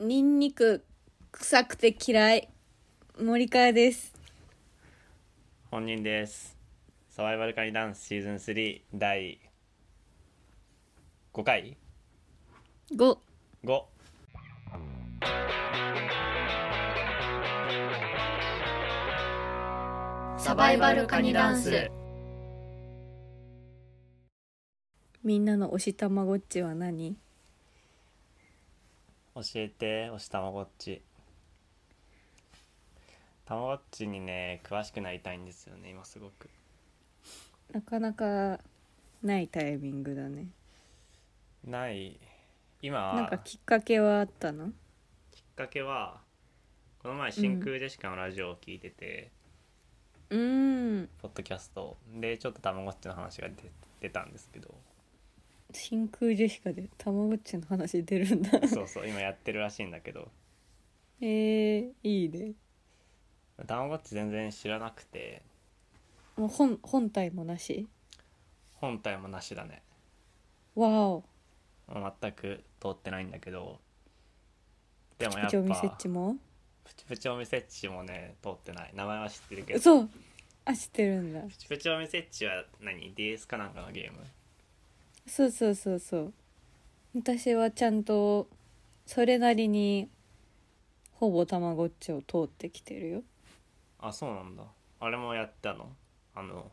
ニンニク臭くて嫌い森川です本人ですサバイバルカニダンスシーズン3第5回5 5サバイバルカニダンスみんなの推したまごっちは何教えて推したまごっちたまごっちにね詳しくなりたいんですよね今すごくなかなかないタイミングだねない今なんかきっかけはあったのきっかけはこの前真空ジェシカのラジオを聞いてて、うーんポッドキャストでちょっとたまごっちの話が出出たんですけど真空ジェシカでたまごっちの話出るんだそうそう今やってるらしいんだけどえー、いいねたまごっち全然知らなくてもう本本体もなし本体もなしだねわお全く通ってないんだけどでもや部っ長みせっぱちもプチプチお店っちもね通ってない名前は知ってるけどプそうあ知ってるんだチプチお店っちは何 DS かなんかのゲームそうそうそうそう私はちゃんとそれなりにほぼたまごっちを通ってきてるよ、あそうなんだあれもやったのあの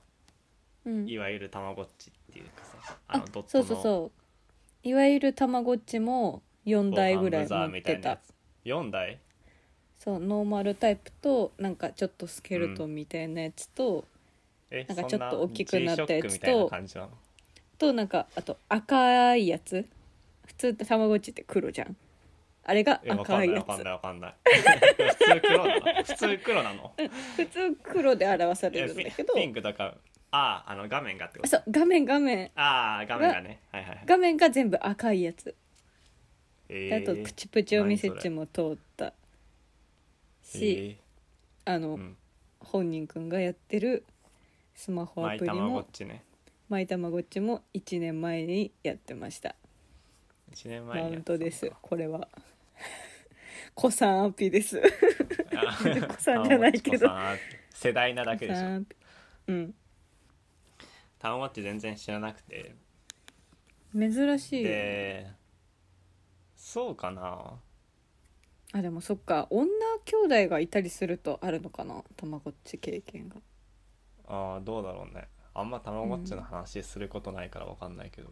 うん、いわゆるたまごっちっていうかさあのドットそうのそうそういわゆるたまごっちも4台ぐらい防犯持ブザーみったていなやたつ4台そうノーマルタイプとなんかちょっとスケルトンみたいなやつと、えなんかそちょっと大きくなったやつと G-SHOCK みたいな感じなのとなんかあと赤いやつ普通ってたまごっちって黒じゃんあれがえわか赤んないいやわつかんないわか んない普通黒なの普通黒なの普通黒で表さいれやるんだけピどピンクとかあああの画面がってことそう画面画面ああ画面がねはいはいはい画面が全部赤いやつ、えであとプチプチお店っちも通ったし、えあの、ーうん、本人くんがやってるスマホアマイプリたまごのっちね「マイたまごっち」も1年前にやってました1年前マにやウンったのかトですこれは 子さんアピですあ子さんじゃないけどたまごっち子さん世代なだけでし子さょんアピうんたまごっち全然知らなくて珍しいでそうかなあでもそっか女兄弟がいたりするとあるのかなたまごっち経験があーどうだろうねあんまたまごっちの話することないからわかんないけど、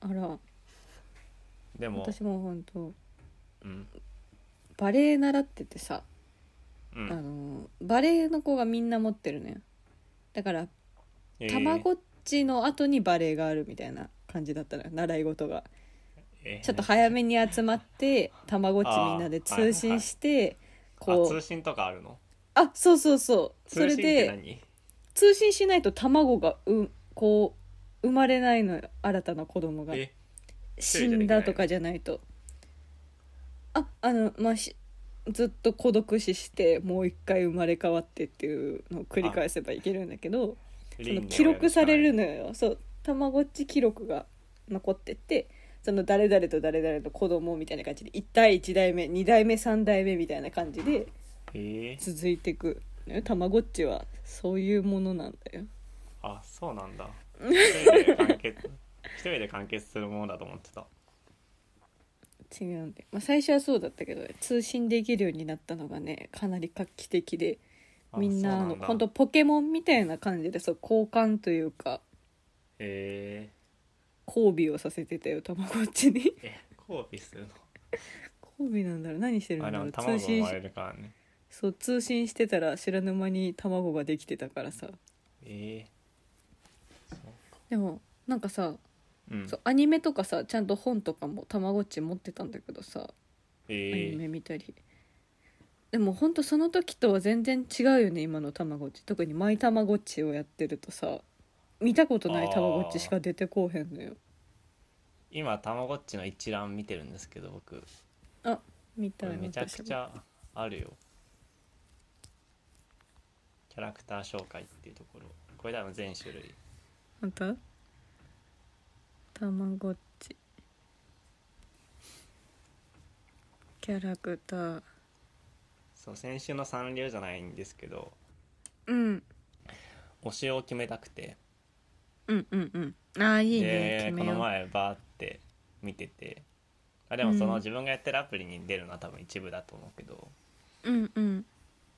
あらでも私も本当うんバレエ習っててさうあんのバレエの子がみんな持ってるのよだからえーたまごっちの後にバレエがあるみたいな感じだったのよ習い事がえーちょっと早めに集まってたまごっちみんなで通信してこあう通信とかあるのあそうそうそうそ通信れってで何通信しないと卵がうこう生まれないのよ新たな子供がえ死んだとかじゃないとああのまあしずっと孤独死してもう一回生まれ変わってっていうのを繰り返せばいけるんだけどその輪廻をやるしかない記録されるのよそうたまごっち記録が残っててその誰々と誰々の子供みたいな感じで1対1代目2代目3代目みたいな感じでえー続いていくのよたまごっちはそういうものなんだよあそうなんだ一人で完結 一人で完結するものだと思ってた違うんで、まあ、最初はそうだったけど通信できるようになったのがねかなり画期的であみんなあそのうだ本当ポケモンみたいな感じでそう交換というかえ交尾をさせてたよたまごっちに ー、え交尾する交尾なんだろう何してるんのあだろでもう卵通生信ましれるからねそう通信してたら知らぬ間に卵ができてたからさえー、そうかでもなんかさ、うんそうアニメとかさちゃんと本とかもたまごっち持ってたんだけどさえアニー、メ見たりでもほんとその時とは全然違うよね今のたまごっち特にマイたまごっちをやってるとさ見たことないたまごっちしか出てこうへんのよ今たまごっちの一覧見てるんですけど僕こあ見たれいめちゃく私ちもゃあるよキャラクター紹介っていうところこれ多分全種類またたまごっちキャラクターそう先週の三流じゃないんですけどうん推しを決めたくてうんうんうんああいいねで決めこのよう前バーって見ててあでもその自分がやってるアプリに出るのは多分一部だと思うけど、うんうん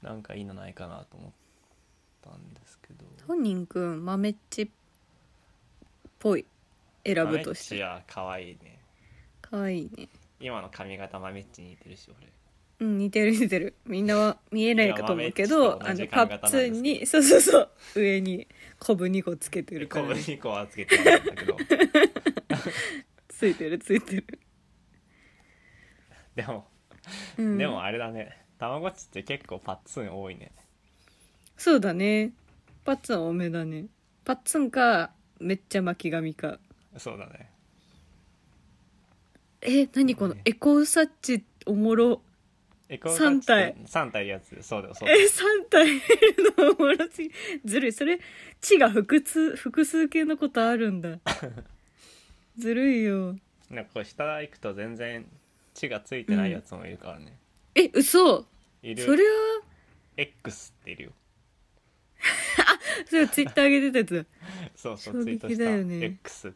なんかいいのないかなと思ったんですけど本人くん豆っちっぽい選ぶとし豆っちては可愛いねかわいいね今の髪型豆っちに似てるし俺うん似てる似てるみんなは見えないかと思うけいやど豆あのっちと同じパ髪型なんでッすけどツンにそうそうそう上にコブ2個つけてるか小ら麦粉はつけてないんだけど ついてるついてる、でも、うん、でもあれだねたまごっちって結構パッツン多いねそうだねパッツン多めだねパッツンかめっちゃ巻き髪かそうだねえ何このエコーサッチおもろえこう三体3体いるやつそうだよそうだよえ三3体いるのおもろすぎずるいそれ「ち」が複数複数形のことあるん だずるいよなんかこう下行くと全然血がついてないやつもいるからね、え嘘いるそれは X っているよそれツイッター上げてたやつそうそう衝撃ツイートしただよね X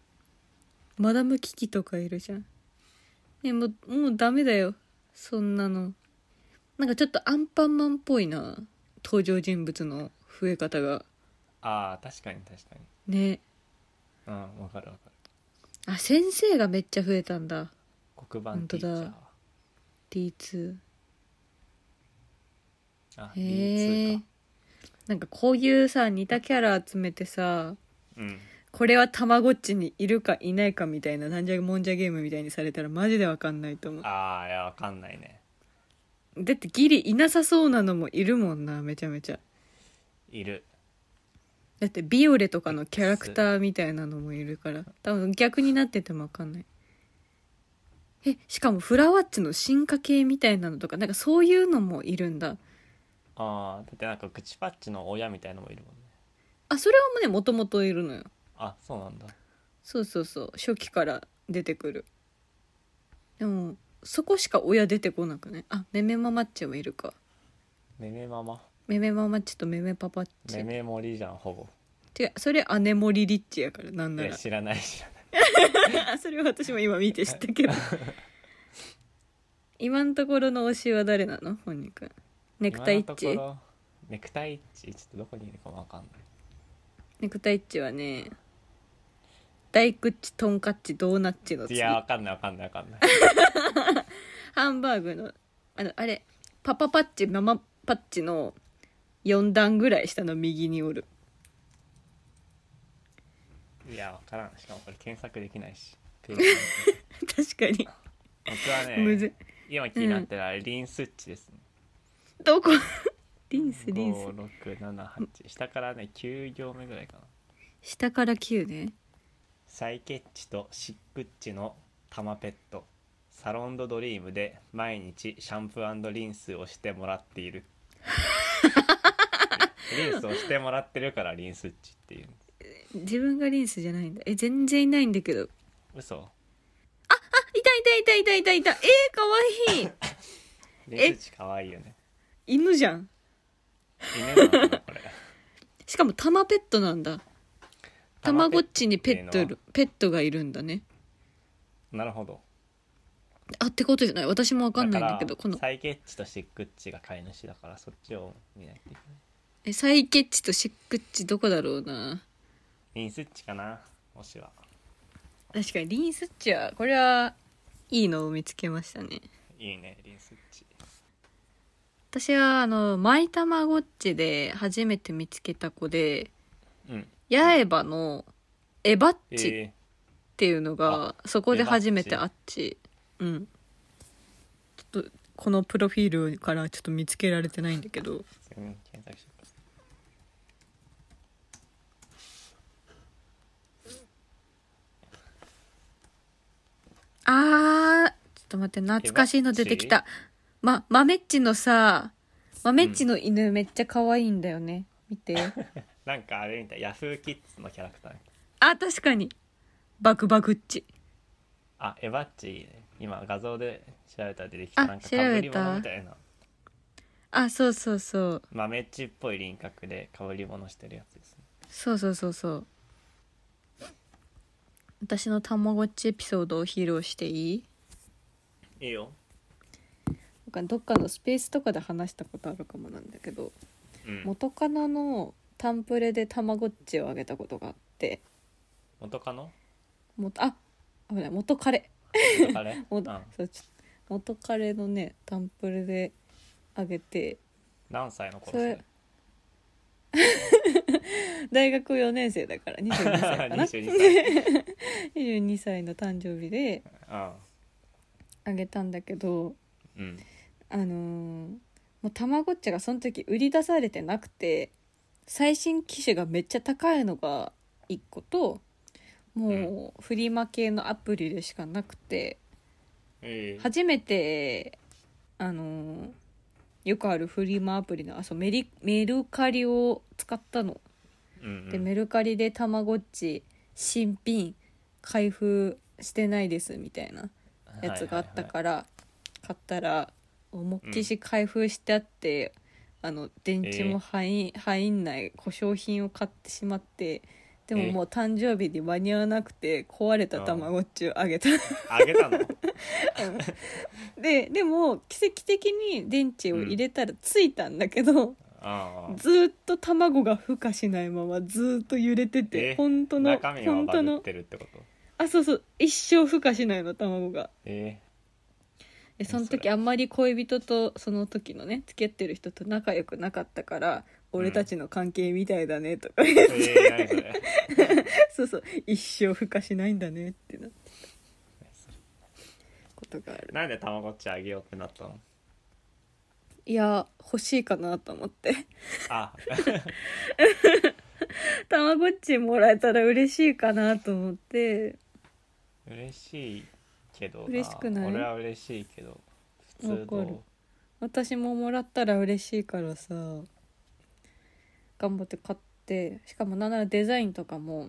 マダムキキとかいるじゃんねもうもうダメだよそんなのなんかちょっとアンパンマンっぽいな登場人物の増え方がああ確かに確かにねうんわかるわかるあ先生がめっちゃ増えたんだ黒板ティーチほャんーと D2 あへ D2 えかなんかこういうさ似たキャラ集めてさうんこれはたまごっちにいるかいないかみたいななんじゃもんじゃゲームみたいにされたらマジでわかんないと思うああいやわかんないねだってギリいなさそうなのもいるもんなめちゃめちゃいるだってビオレとかのキャラクターみたいなのもいるから多分逆になっててもわかんないえしかもフラワッチの進化系みたいなのとかなんかそういうのもいるんだああだってなんか口パッチの親みたいのもいるもんねあそれはもうねもともといるのよあそうなんだそうそうそう初期から出てくるでもそこしか親出てこなくねあめめママッチもいるかめめママめめママッチとめめパパッチめめ森じゃんほぼ違うそれ姉森リッチやからなんなえら知らない知らないあ それは私も今見て知った けど今のところの推しは誰なの本人くんネクタイイッ今チのところネクタイ一致ちょっとどこにいるかもわかんないネクタイイッチはね大口トンカッチドーナッチのい次やわかんないわかんないわかんないハンバーグのあのあれパパパッチママパッチの4段ぐらい下の右におる いやわからんしかもこれ検索できないし確かに僕はむずね今気になってるあれリンスッチですねどこ リンスリンス5678下からね9行目ぐらいかな下から9ねサイケッチとシックッチのタマペットサロンドドリームで毎日シャンプーリンスをしてもらっ ているリンスをしてもらってるからリンスッチっていう自分がリンスじゃないんだえ全然いないんだけど嘘いたいたいたいたいたいたえー、かわいいリンスッチ可愛いよね犬じゃん犬なのかなこれしかもタマペットなんだ たまごっちにペッっていうのトはペットがいるんだねなるほどあってことじゃない私もわかんないんだけどからこのサイケッチとシックッチが飼い主だからそっちを見ないといけないえサイケッチとシックッチどこだろうなリンスッチかな推しは確かにリンスッチはこれはいいのを見つけましたねいいねリンスッチ私はあのマイたまごっちで初めて見つけた子でうん八重歯のエバッえチっーっていうのがそこで初めてあっちうんちょっとこのプロフィールからちょっと見つけられてないんだけど普通に検索しようかあーちょっと待って懐かしいの出てきたま豆っちのさ豆っちの犬めっちゃ可愛いんだよね、見 てなんかあれみたいヤフーキッズのキャラクターみたいあ確かにバクバクっちあエヴァッチいいね今画像で調べたら出てきたあなんか調かべたぶり物みたいなあそうそうそう豆っちっぽい輪郭でかぶり物してるやつですねそうそうそうそう私のたまごっちエピソードを披露していいいいよ、なんかどっかのスペースとかで話したことあるかもなんだけどうん、元カノのタンプレでたまごっちをあげたことがあって元カノもあ危ない元カレ元カレ、うもん、そうちょ元カレのねタンプレであげて何歳のそ頃そ れれ大学4年生だから22歳かな 22歳、 22歳の誕生日であげたんだけどうんうん、あのーもうたまごっちがその時売り出されてなくて最新機種がめっちゃ高いのが1個ともうフリマ系のアプリでしかなくてええ初めてあのーよくあるフリマアプリのあそうメリメルカリを使ったの。うんでうんメルカリでたまごっち新品開封してないですみたいなやつがあったから、買ったら思いっきし開封してあって、あの電池も入,、入んない故障品を買ってしまってでもえもう誕生日に間に合わなくて壊れたたまごっちをあげたはいはいは いあげたのででも奇跡的に電池を入れたらついたんだけど、ああずーっと卵が孵化しないままずーっと揺れててえ本当の中身は本バ当グっのてるってことあそうそう一生孵化しないの卵がえでそのそ時れあんまり恋人とその時のね付き合ってる人と仲良くなかったからうん俺たちの関係みたいだねとか言っー、て、えー、何それ そうそう一生孵化しないんだねってなことがあるなんでたまごっちあげようってなったのいや欲しいかなと思って あたまごっちもらえたら嬉しいかなと思って嬉しいけど嬉しくない俺は嬉しいけど普通わかのる私ももらったら嬉しいからさ頑張って買ってしかもなんならデザインとかも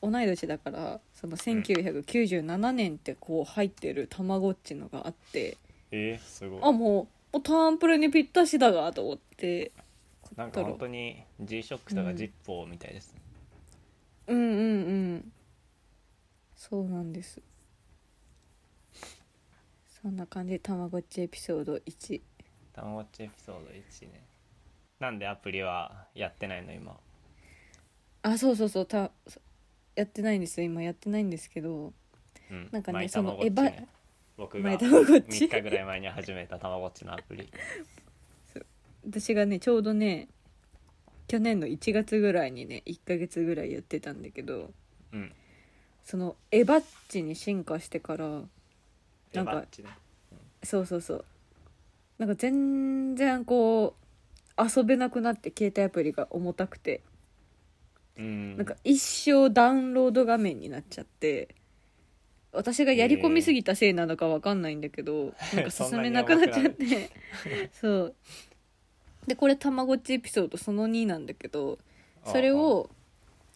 同い年だからその1997年ってこう入ってるたまごっちのがあって、えー、すごあいもうもうターンプルにぴったしだがと思って買なんったから本当に G ショックとうかんジッポーみたいですね、うんうんうんそうなんですそんな感じでたまごっちエピソード1たまごっちエピソード1ねなんでアプリはやってないの今あそうそうそうたやってないんですよ今やってないんですけどうんなんかねマイそのたまごっちねエヴァ僕がマイたまごっ3ち日ぐらい前に始めたたまごっちのアプリ私がねちょうどね去年の1月ぐらいにね1ヶ月ぐらいやってたんだけどうんそのエバッチに進化してからエ なヴんかァっちねそうそうそうなんか全然こう遊べなくなって携帯アプリが重たくて、うんなんか一生ダウンロード画面になっちゃって私がやり込みすぎたせいなのかわかんないんだけど、ーなんか進めなくなっちゃって そうでこれたまごっちエピソードその2なんだけどそれを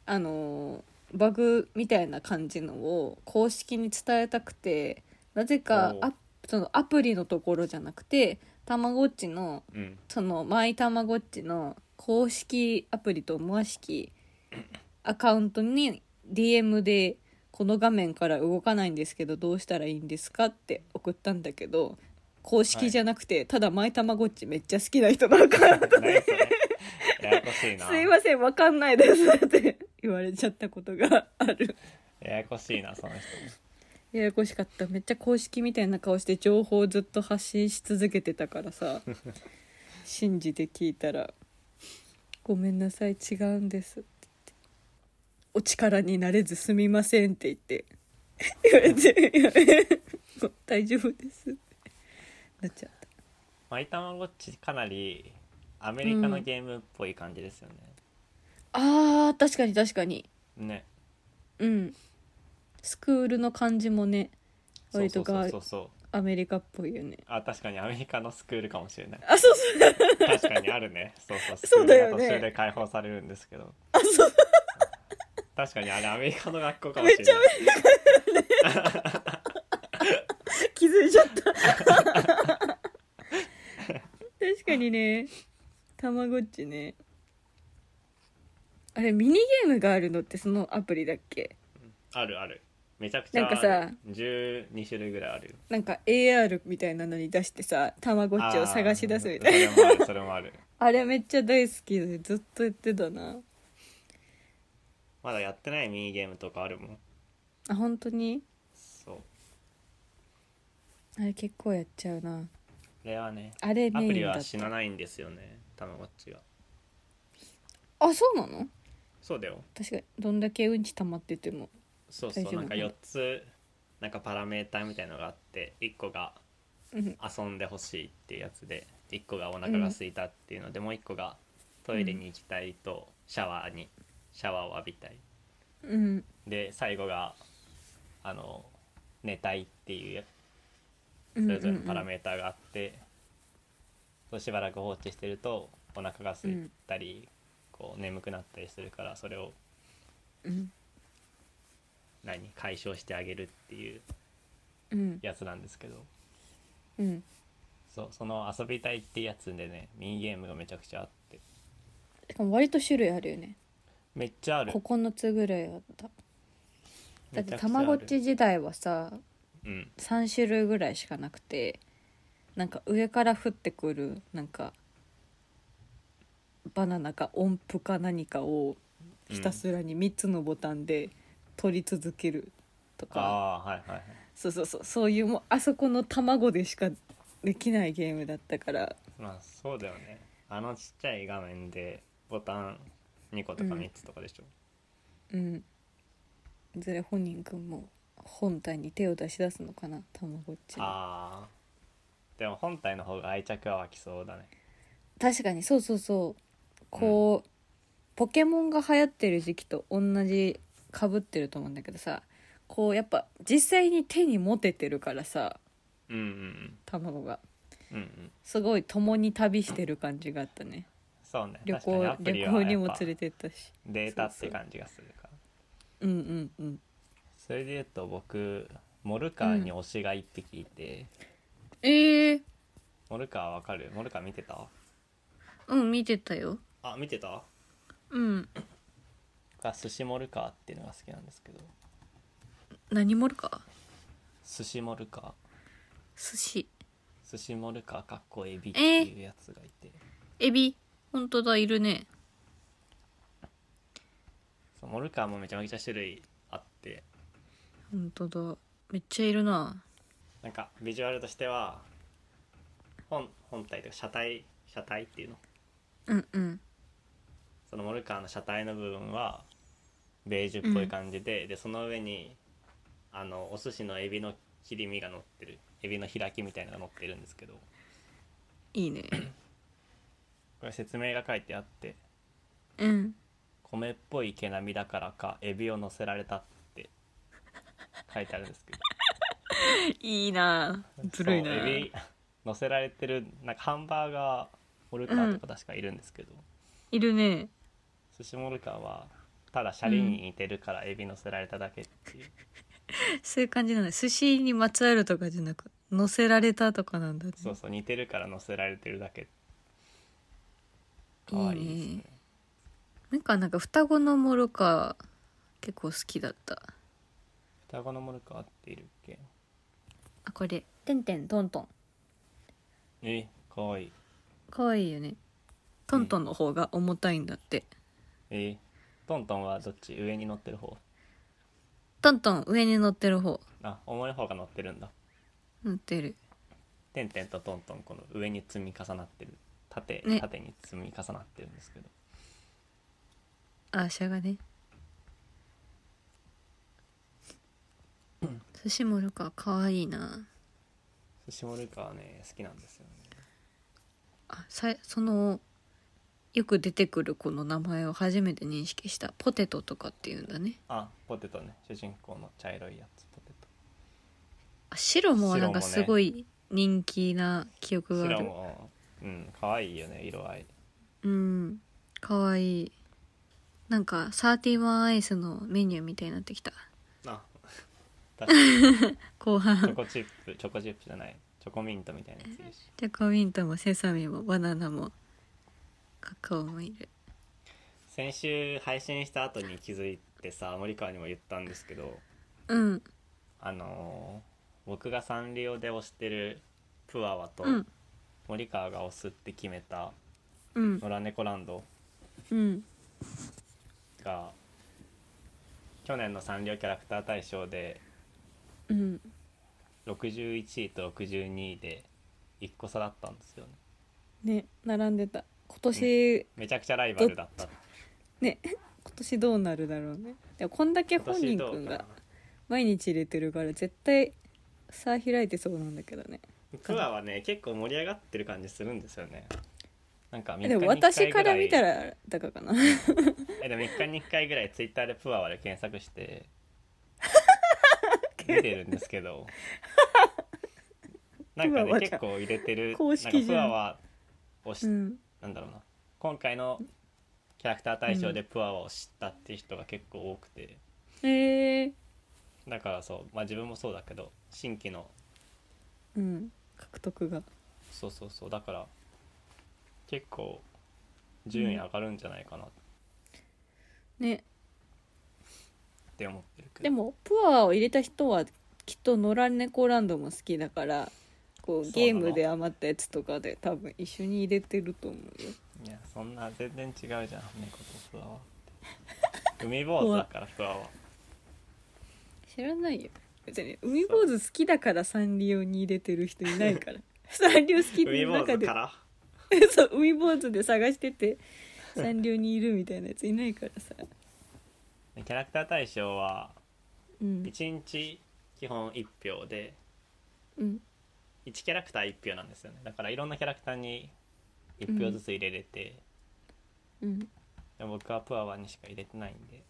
あのーバグみたいな感じのを公式に伝えたくてなぜかおうアそのアプリのところじゃなくてたまごっちのああうんそのマイたまごっちの公式アプリと思わしきアカウントに DM で「この画面から動かないんですけどどうしたらいいんですか?」って送ったんだけど公式じゃなくて、ただマイたまごっちめっちゃ好きな人のアカウント何でそれややこし「い なすいませんわかんないです」って言われちゃったことがあるややこしいなその人ややこしかっためっちゃ公式みたいな顔して情報をずっと発信し続けてたから さ信じて聞いたら「ごめんなさい違うんです」って言って「お力になれずすみません」って言って言われていや「大丈夫です」なっちゃったマイたまごっちかなりアメリカのゲームっぽい感じですよね、あー確かに確かにねうんスクールの感じもねそう割とそうそがうそうそうアメリカっぽいよねあ確かにアメリカのスクールかもしれ ないあそうそう確かにあるねそうそう そうだよねスクールが途中で解放されるんですけどあそう確かにあれアメリカの学校かもめっしちゃれアなメいリカだね気づ抜いちゃった 確かにねたまごっちねあれミニゲームがあるのってそのアプリだっけあるあるめちゃくちゃあるなんかさ12種類ぐらいあるよなんか AR みたいなのに出してさたまごっちを探し出すみたいななそれもあるそれもあるあれめっちゃ大好きでずっとやってたなまだやってないミニゲームとかあるもんあ本当にそうあれ結構やっちゃうなこれはねあれアメプイリンだはっ死たなないんですよねたまごっちがあそうなのそうだよ確かにどんだけうんち溜まっててもそうそ大う丈夫なんか4つなんかパラメーターみたいのがあって1個がうん遊んでほしいっていうやつで1個がお腹が空いたっていうので、もう1個がトイレに行きたいとシャワーにシャワーを浴びたいうんで最後があの寝たいっていううんそれぞれのパラメメーターがあって、そうしばらく放置してるとお腹が空いたり、こう眠くなったりするからそれをうん何解消してあげるっていううんやつなんですけどうんそうその遊びたいっていうやつでねミニゲームがめちゃくちゃあってしかも割と種類あるよねめっちゃある9つぐらいあっただっめちてゃくちゃあるたまごっち時代はさうん3種類ぐらいしかなくてなんか上から降ってくるなんかバナナか音符か何かをひたすらに3つのボタンで取り続けるとか、ああはいはいはいそうそうそうそういうもうあそこの卵でしかできないゲームだったからまあそうだよねあのちっちゃい画面でボタン2個とかうん3つとかでしょ、うんいずれ本人くんも本体に手を出し出すのかなたまごっちにああでも本体の方が愛着は湧きそうだね確かにそうそうそうこう、ポケモンが流行ってる時期と同じかぶってると思うんだけどさこうやっぱ実際に手に持ててるからさうんうん卵がうんうんうんすごい共に旅してる感じがあったねそうね旅確かにア行プリ旅は行にもやっぱ連れてったしデータっそうそてう感じがするからうんうんうんそれで言うと僕モルカーに推しが1匹いて、ええー、モルカーわかるモルカー見てたうん見てたよあ見てたうんが寿司モルカーっていうのが好きなんですけど何もるか寿司モルカー寿司寿司モルカーかっこエビっていうやつがいて、エビ本当だいるねそうモルカーもめちゃめちゃ種類あって本当だめっちゃいるななんかビジュアルとしては本本体というか車体車体っていうのうんうんそのモルカーの車体の部分はベージュっぽい感じで、でその上にあのお寿司のエビの切り身が乗ってるエビの開きみたいなのが乗ってるんですけどこいいねれ説明が書いてあってうん米っぽい毛並みだからかエビを乗せられたって書いてあるんですけどいいな ずるいなそうエビ乗せられてるなんかハンバーガーモルカーとか確かいるんですけど、いるね寿司モルカーはただシャリに似てるからエビ乗せられただけっていう、そういう感じなのね寿司にまつわるとかじゃなく乗せられたとかなんだねそうそう似てるから乗せられてるだけ可愛いですねいいねなんかなんか双子のモルカー結構好きだった双子のモルカーっているっけあこれ「てんてんトントンえ可愛い」かわいいよねトントンの方が重たいんだって、えトントンはどっち上に乗ってる方トントン上に乗ってる方あ重い方が乗ってるんだ乗ってるてんてんとトントンこの上に積み重なってる縦、ね縦に積み重なってるんですけどあしゃがね寿司モルカーかわいいな寿司モルカーはね好きなんですよねあさそのよく出てくる子の名前を初めて認識したポテトとかっていうんだねあポテトね主人公の茶色いやつポテあ白もなんか白もすねごい人気な記ト憶があ白る、もうん可愛いよね色合いうんかわいいなんかサーティワンアイスのメニューみたいになってきたあ 確かに後チョ 半コチップチョコチップじゃないチョコミントみたいなやついるしチョコミントもセサミもバナナもカカオもいる先週配信した後に気づいてさ森川にも言ったんですけどうんあのー僕がサンリオで推してるプアワとうん森川が推すって決めたうん野良猫ランドうんが去年のサンリオキャラクター大賞でうん61位と62位で1個差だったんですよねね並んでた今年めちゃくちゃライバルだったね 今年どうなるだろうねでもこんだけ本人くん今年どうかが毎日入れてるから絶対差開いてそうなんだけどねなプアはね結構盛り上がってる感じするんですよねなんか3日にで1も回ぐらい私から見たらだから かなえでも3日に1回ぐらいツイッターでプアワで検索して 出てるんですけどなんかプアねワじゃ結構入れてる公式じゃんなんかプアワをし、うんなんだろうな今回のキャラクター大賞でプアワを知ったっていう人が結構多くて、へえだからそうまあ自分もそうだけど新規のうん獲得がそうそうそうだから結構順位上がるんじゃないかなっねて思ってるけど、でもプアを入れた人はきっと野良猫ランドも好きだからこうそうゲーなのムで余ったやつとかで多分一緒に入れてると思うよいやそんな全然違うじゃん猫とフワ はって海坊主だからフワは知らないよ別に海坊主好きだからサンリオに入れてる人いない からサンリオ好き海の坊中主でから そう海坊主で探しててサンリオにいるみたいなやついないからさ、キャラクター大賞はうん1日基本1票でうん、 1キャラクター1票なんですよねだからいろんなキャラクターに1票ずつ入れれて、うん、でも僕はプアワにしか入れてないんで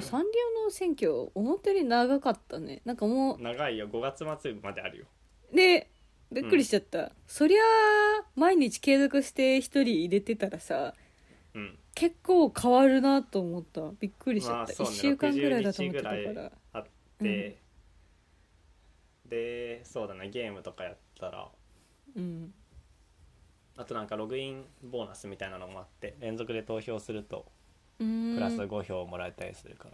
サンリオの選挙思ったより長かったねなんかもう長いよ5月末まであるよでびっくりしちゃった、そりゃあ毎日継続して一人入れてたらさうん結構変わるなと思ったびっくりしちゃまっあた、そう一ね週間ぐらいだと思60って日ぐたらかいらあって、でそうだねゲームとかやったらうんあとなんかログインボーナスみたいなのもあって連続で投票するとうーんプラス5票もらえたりするか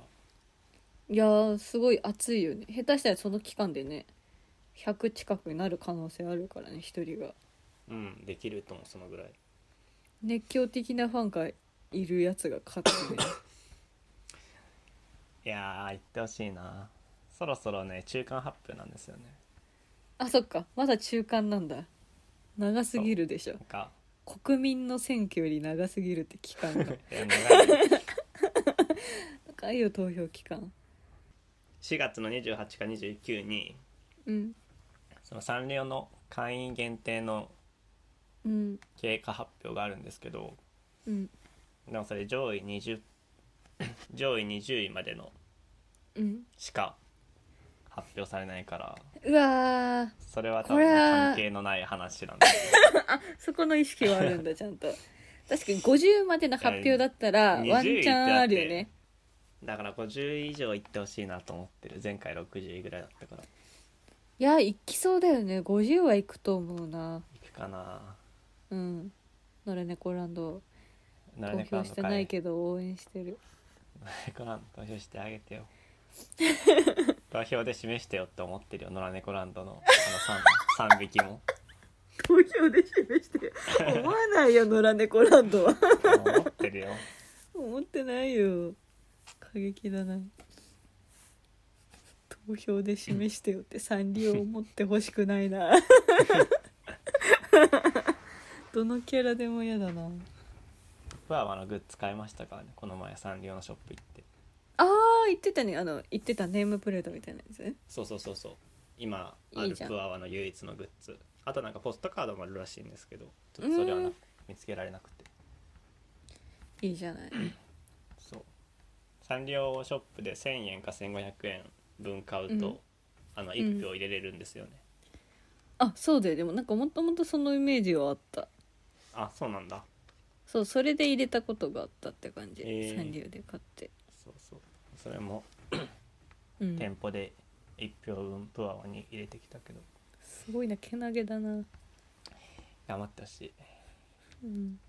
ら、いやーすごい暑いよね下手したらその期間でね100近くになる可能性あるからね一人がうんできるともそのぐらい熱狂的なファンがいるやつが勝つねいやー行ってほしいなそろそろね中間発表なんですよね あそっかまだ中間なんだ長すぎるでしょなん か国民の選挙より長すぎるって期間 がいや長いね高いよ投票期間4月の28か29にうんそのサンリオの会員限定のうん経過発表があるんですけどうんでもそれ上位20 上位20位までのうんしか発表されないからうわーそれは多これ分は関係のない話なんですよそこの意識はあるんだ ちゃんと確かに50までの発表だったらいやワンチャンあるよねだから50位以上いってほしいなと思ってる前回60位ぐらいだったからいや行きそうだよね50は行くと思うないくかなうん野良猫ランド投投票してないけど応援してるコランド投票してあげてよ 投票で示してよって思ってるよ野良猫ランドのあの 3, 3匹も投票で示して思わないよ野良猫ランドは思ってるよ思ってないよ過激だな投票で示してよってサンリオ思ってほしくない などのキャラでも嫌だなふわわのグッズ買いましたからねこの前サンリオのショップ行ってああ言ってたねあの言ってたネームプレートみたいなやつねそうそうそうそう今あいいるじゃんふわわの唯一のグッズあとなんかポストカードもあるらしいんですけどちょっとそれはうなん見つけられなくていいじゃないそうサンリオショップで1000円か1500円分買うと、うんあの1票入れれるんですよね、あそうだよでもなんかもともとそのイメージはあったあそうなんだそうそれで入れたことがあったって感じ、えーサンリオで買ってそうそうそれもうん、店舗で1票分プアワに入れてきたけどすごいなけなげだな、頑張ってほしいうん、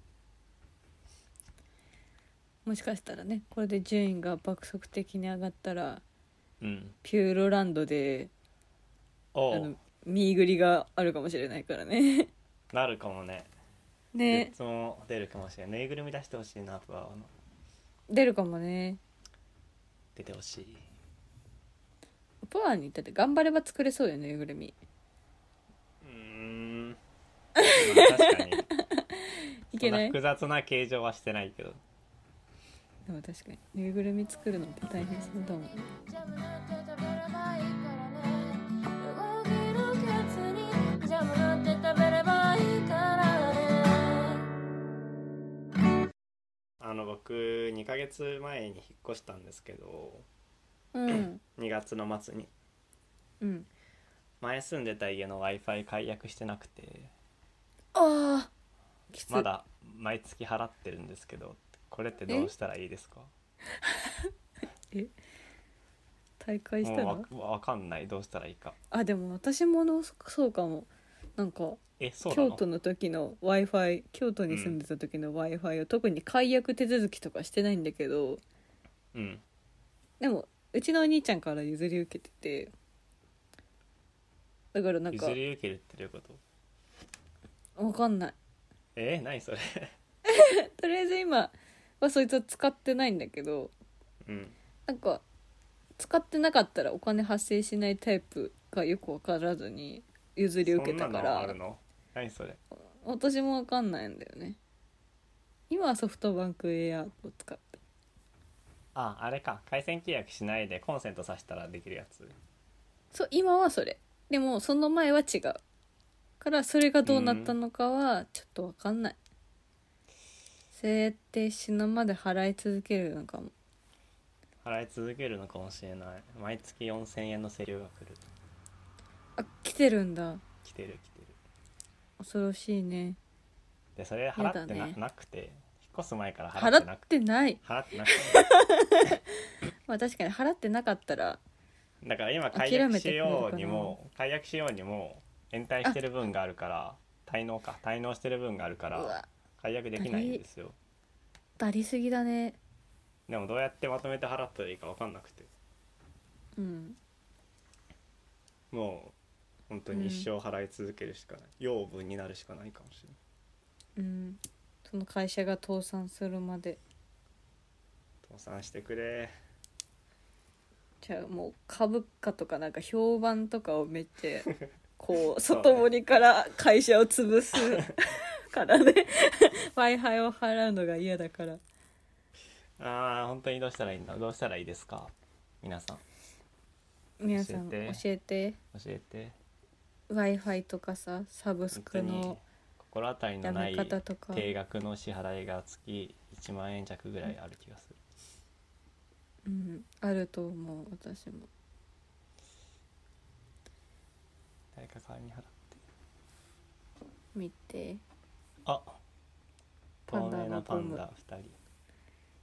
もしかしたらねこれで順位が爆速的に上がったらうんピューロランドであおのう見繰りがあるかもしれないから ねなるかもねね別も出るかもしれないぬいぐるみ出してほしいなプアワの出るかもね出てほしいプアにだって頑張れば作れそうよぬいぐるみうーんまあ確かにいそけんなない複雑な形状はしてないけどでも確かにぬいぐるみ作るのって大変そうだもんジャムなんて食べればいいからね動けるケツにジャムなんて食べればいいからねあの僕2ヶ月前に引っ越したんですけどうん2月の末にうん前住んでた家の w i f i 解約してなくてああきつまだ毎月払ってるんですけどこれってどうしたらいいですか大会したらもうわわかんないどうしたらいいかあでも私ものそうかもなんかえそうな京の都の時の w i f i 京都に住んでた時の w i f i を特に解約手続きとかしてないんだけどうんでもうちのお兄ちゃんから譲り受けててだからなんか譲り受けるってどういうことわかんないえ何それとりあえず今はそいつは使ってないんだけどうんなんか使ってなかったらお金発生しないタイプがよく分からずに譲り受けたかそんなのあるらの何それ私も分かんないんだよね今はソフトバンクエアを使ってああれか回線契約しないでコンセントさせたらできるやつそう今はそれでもその前は違うからそれがどうなったのかはちょっと分かんない設定死ぬまで払い続けるのかも払い続けるのかもしれない毎月4000円の請求が来るあ来てるんだ来てる来てる恐ろしいねでそれ払ってやだな,、ねなくて引っ越す前から払払ってなっくててない払ってなくてまあ確かに払ってなかったらだから今解諦約めしてくれるかなようにも解約しようにも延滞してる分があるから滞納か滞納してる分があるかうらわ解約できないんですよだりすぎだねでもどうやってまとめて払ったらいいか分かんなくてうんもう本当に一生払い続けるしかない、養分になるしかないかもしれないうんその会社が倒産するまで倒産してくれじゃあもう株価とかなんか評判とかをめっ ちゃこうそうね外堀から会社を潰す からね w i f i を払うのが嫌だからああ本当にどうしたらいいんだどうしたらいいですか皆さん皆さん教教えてえて教えて w i f i とかさサブス本ク当にの心当たりのやなめい方とか定額の支払いが月1万円弱ぐらいある気がするうん、あると思う私も誰か代わりに払って見てあパ透ンダの明なパンゴムダ2人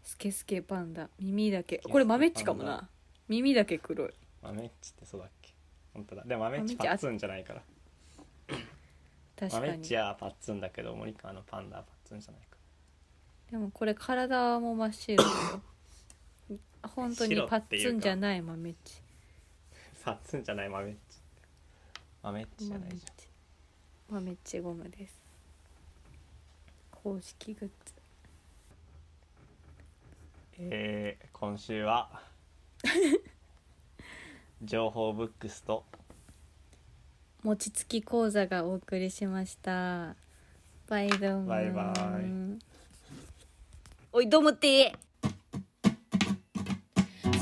スケスケパンダ耳だけスケスケこれ豆っちかもパンな耳だけ黒い豆っちってそうだっけ本当だでも豆っ豆っちちあパッツンじゃないから確か豆っにちはパッツンだけど森川のパンダはパッツンじゃないかでもこれ体も真っ白だよ 本当にパッツンじゃない豆っちら パッツンじゃない豆っち豆っちじゃない豆っじち豆っちゴムです公式グッズゃんえー、今週は情報ブックスと餅つき講座がお送りしましたバイドムバイバイおいどうもってツ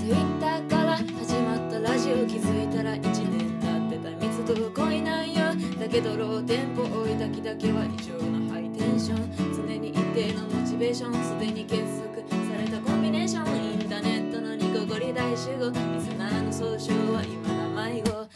イッターから始まったラジオ気づいたら1年経ってた密度が濃いなんやだけどローテンポ追いだきだけは異常なハイテンション常に一定のモチベーションすでに結束されたコンビネーションインターネットのニコゴリ大集合リスナーの総称は今だ迷子